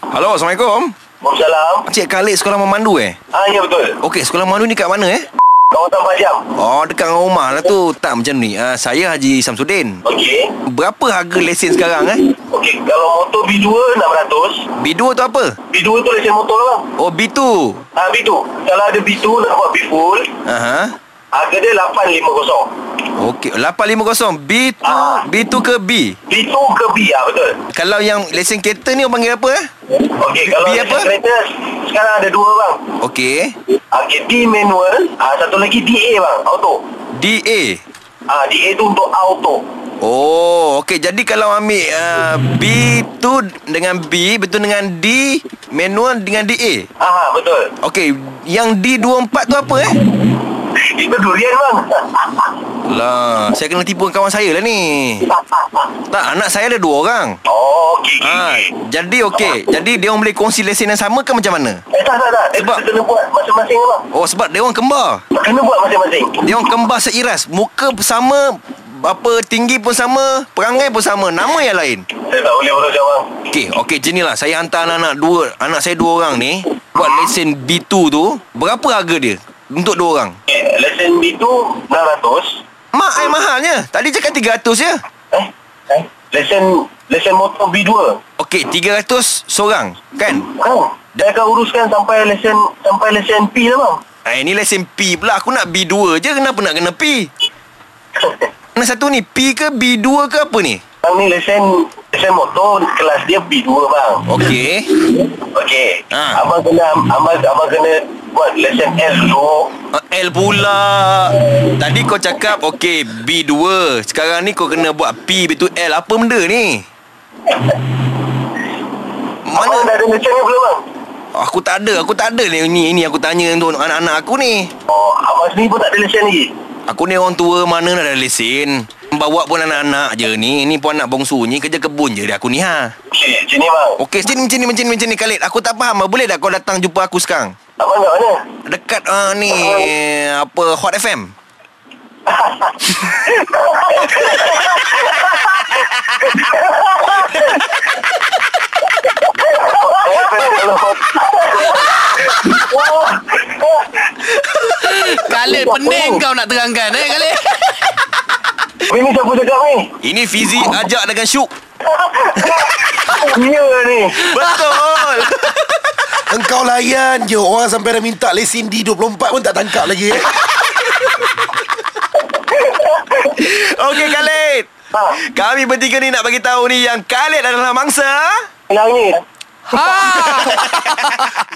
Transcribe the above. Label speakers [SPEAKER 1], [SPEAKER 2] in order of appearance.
[SPEAKER 1] Halo, Assalamualaikum.
[SPEAKER 2] Waalaikumsalam.
[SPEAKER 1] Cik Khalid sekolah memandu eh?
[SPEAKER 2] Ah, ya betul.
[SPEAKER 1] Okey, sekolah memandu ni kat mana eh?
[SPEAKER 2] Kawasan Pajam.
[SPEAKER 1] Oh, dekat dengan rumah lah tu. Tak macam ni. Uh, saya Haji Samsudin.
[SPEAKER 2] Okey.
[SPEAKER 1] Berapa harga lesen sekarang eh?
[SPEAKER 2] Okey, kalau motor B2 600,
[SPEAKER 1] B2 tu apa?
[SPEAKER 2] B2 tu lesen motor lah bang.
[SPEAKER 1] Oh, B2.
[SPEAKER 2] Ah B2. Kalau ada B2 nak buat B full,
[SPEAKER 1] Aha.
[SPEAKER 2] harga dia 850.
[SPEAKER 1] Okey, 850. B2,
[SPEAKER 2] Ah.
[SPEAKER 1] B2 ke B?
[SPEAKER 2] B2 ke B ah betul.
[SPEAKER 1] Kalau yang lesen kereta ni orang panggil apa eh?
[SPEAKER 2] Okey,
[SPEAKER 1] B-
[SPEAKER 2] kalau
[SPEAKER 1] B
[SPEAKER 2] lesen
[SPEAKER 1] apa?
[SPEAKER 2] kereta sekarang ada dua bang. Ah,
[SPEAKER 1] Okey.
[SPEAKER 2] Okey, D manual, ah satu lagi DA bang, auto.
[SPEAKER 1] DA.
[SPEAKER 2] Ah DA tu untuk auto.
[SPEAKER 1] Oh, okey. Jadi kalau ambil uh, B2 dengan B, betul dengan D, manual dengan DA.
[SPEAKER 2] Ah betul.
[SPEAKER 1] Okey, yang D24 tu apa eh?
[SPEAKER 2] Itu durian bang.
[SPEAKER 1] Lah, saya kena tipu kawan saya lah ni. Tak, anak saya ada dua orang.
[SPEAKER 2] oh, okey. okey,
[SPEAKER 1] Ha,
[SPEAKER 2] okey.
[SPEAKER 1] jadi okey. Jadi dia orang boleh kongsi lesen yang sama ke macam mana?
[SPEAKER 2] Eh tak tak tak. Dia
[SPEAKER 1] Sebab-
[SPEAKER 2] kena buat masing-masing bang.
[SPEAKER 1] Oh, sebab dia orang kembar.
[SPEAKER 2] Kena buat masing-masing.
[SPEAKER 1] Dia orang kembar seiras. Muka sama, apa tinggi pun sama, perangai pun sama, nama yang lain.
[SPEAKER 2] Saya tak boleh berusaha bang.
[SPEAKER 1] Okey, okey jenilah. Saya hantar anak-anak dua, anak saya dua orang ni buat lesen B2 tu. Berapa harga dia untuk dua orang?
[SPEAKER 2] Okay, Eh, lesson B2 600.
[SPEAKER 1] Mak ai mahalnya. Tadi cakap 300 ya.
[SPEAKER 2] Eh? Eh? Lesson lesson motor B2.
[SPEAKER 1] Okey, 300 seorang, kan?
[SPEAKER 2] Kan? Saya akan uruskan sampai lesson sampai lesson P lah bang.
[SPEAKER 1] Ah, ini lesen P pula. Aku nak B2 je. Kenapa nak kena P? Mana satu ni? P ke B2 ke apa ni?
[SPEAKER 2] Bang ni lesson lesson motor kelas dia B2 bang.
[SPEAKER 1] Okey.
[SPEAKER 2] Okey.
[SPEAKER 1] Ha.
[SPEAKER 2] Abang kena abang abang kena buat lesson S dulu.
[SPEAKER 1] Ah, L pula. Tadi kau cakap okey B2. Sekarang ni kau kena buat P betul L. Apa benda ni?
[SPEAKER 2] Abang
[SPEAKER 1] Mana?
[SPEAKER 2] dah ada lesson ni belum bang?
[SPEAKER 1] Aku tak ada. Aku tak ada ni. Ini, ini aku tanya untuk anak-anak aku ni.
[SPEAKER 2] Oh, abang sendiri pun tak ada lesson lagi.
[SPEAKER 1] Aku ni orang tua mana dah ada lesen. Bawa pun anak-anak je ni. Ni pun anak bongsu ni. Kerja kebun je dia aku ni ha.
[SPEAKER 2] Okey, sini bang.
[SPEAKER 1] Okey, sini macam ni, macam ni, macam ni Khalid. Aku tak faham. Boleh tak kau datang jumpa aku sekarang?
[SPEAKER 2] Abang kat mana?
[SPEAKER 1] Dekat uh, ni apa Hot FM.
[SPEAKER 3] Khalid pening kau nak terangkan eh Khalid
[SPEAKER 2] Weh, ni siapa cakap ni?
[SPEAKER 1] Ini Fizi ajak dengan Syuk.
[SPEAKER 2] Ya ni.
[SPEAKER 1] Betul.
[SPEAKER 4] Engkau layan je Orang sampai dah minta lesen D24 pun tak tangkap lagi eh
[SPEAKER 1] Okey Khalid.
[SPEAKER 2] Ha.
[SPEAKER 1] Kami bertiga ni nak bagi tahu ni yang Khalid adalah mangsa
[SPEAKER 2] Hilang ni.
[SPEAKER 3] Ha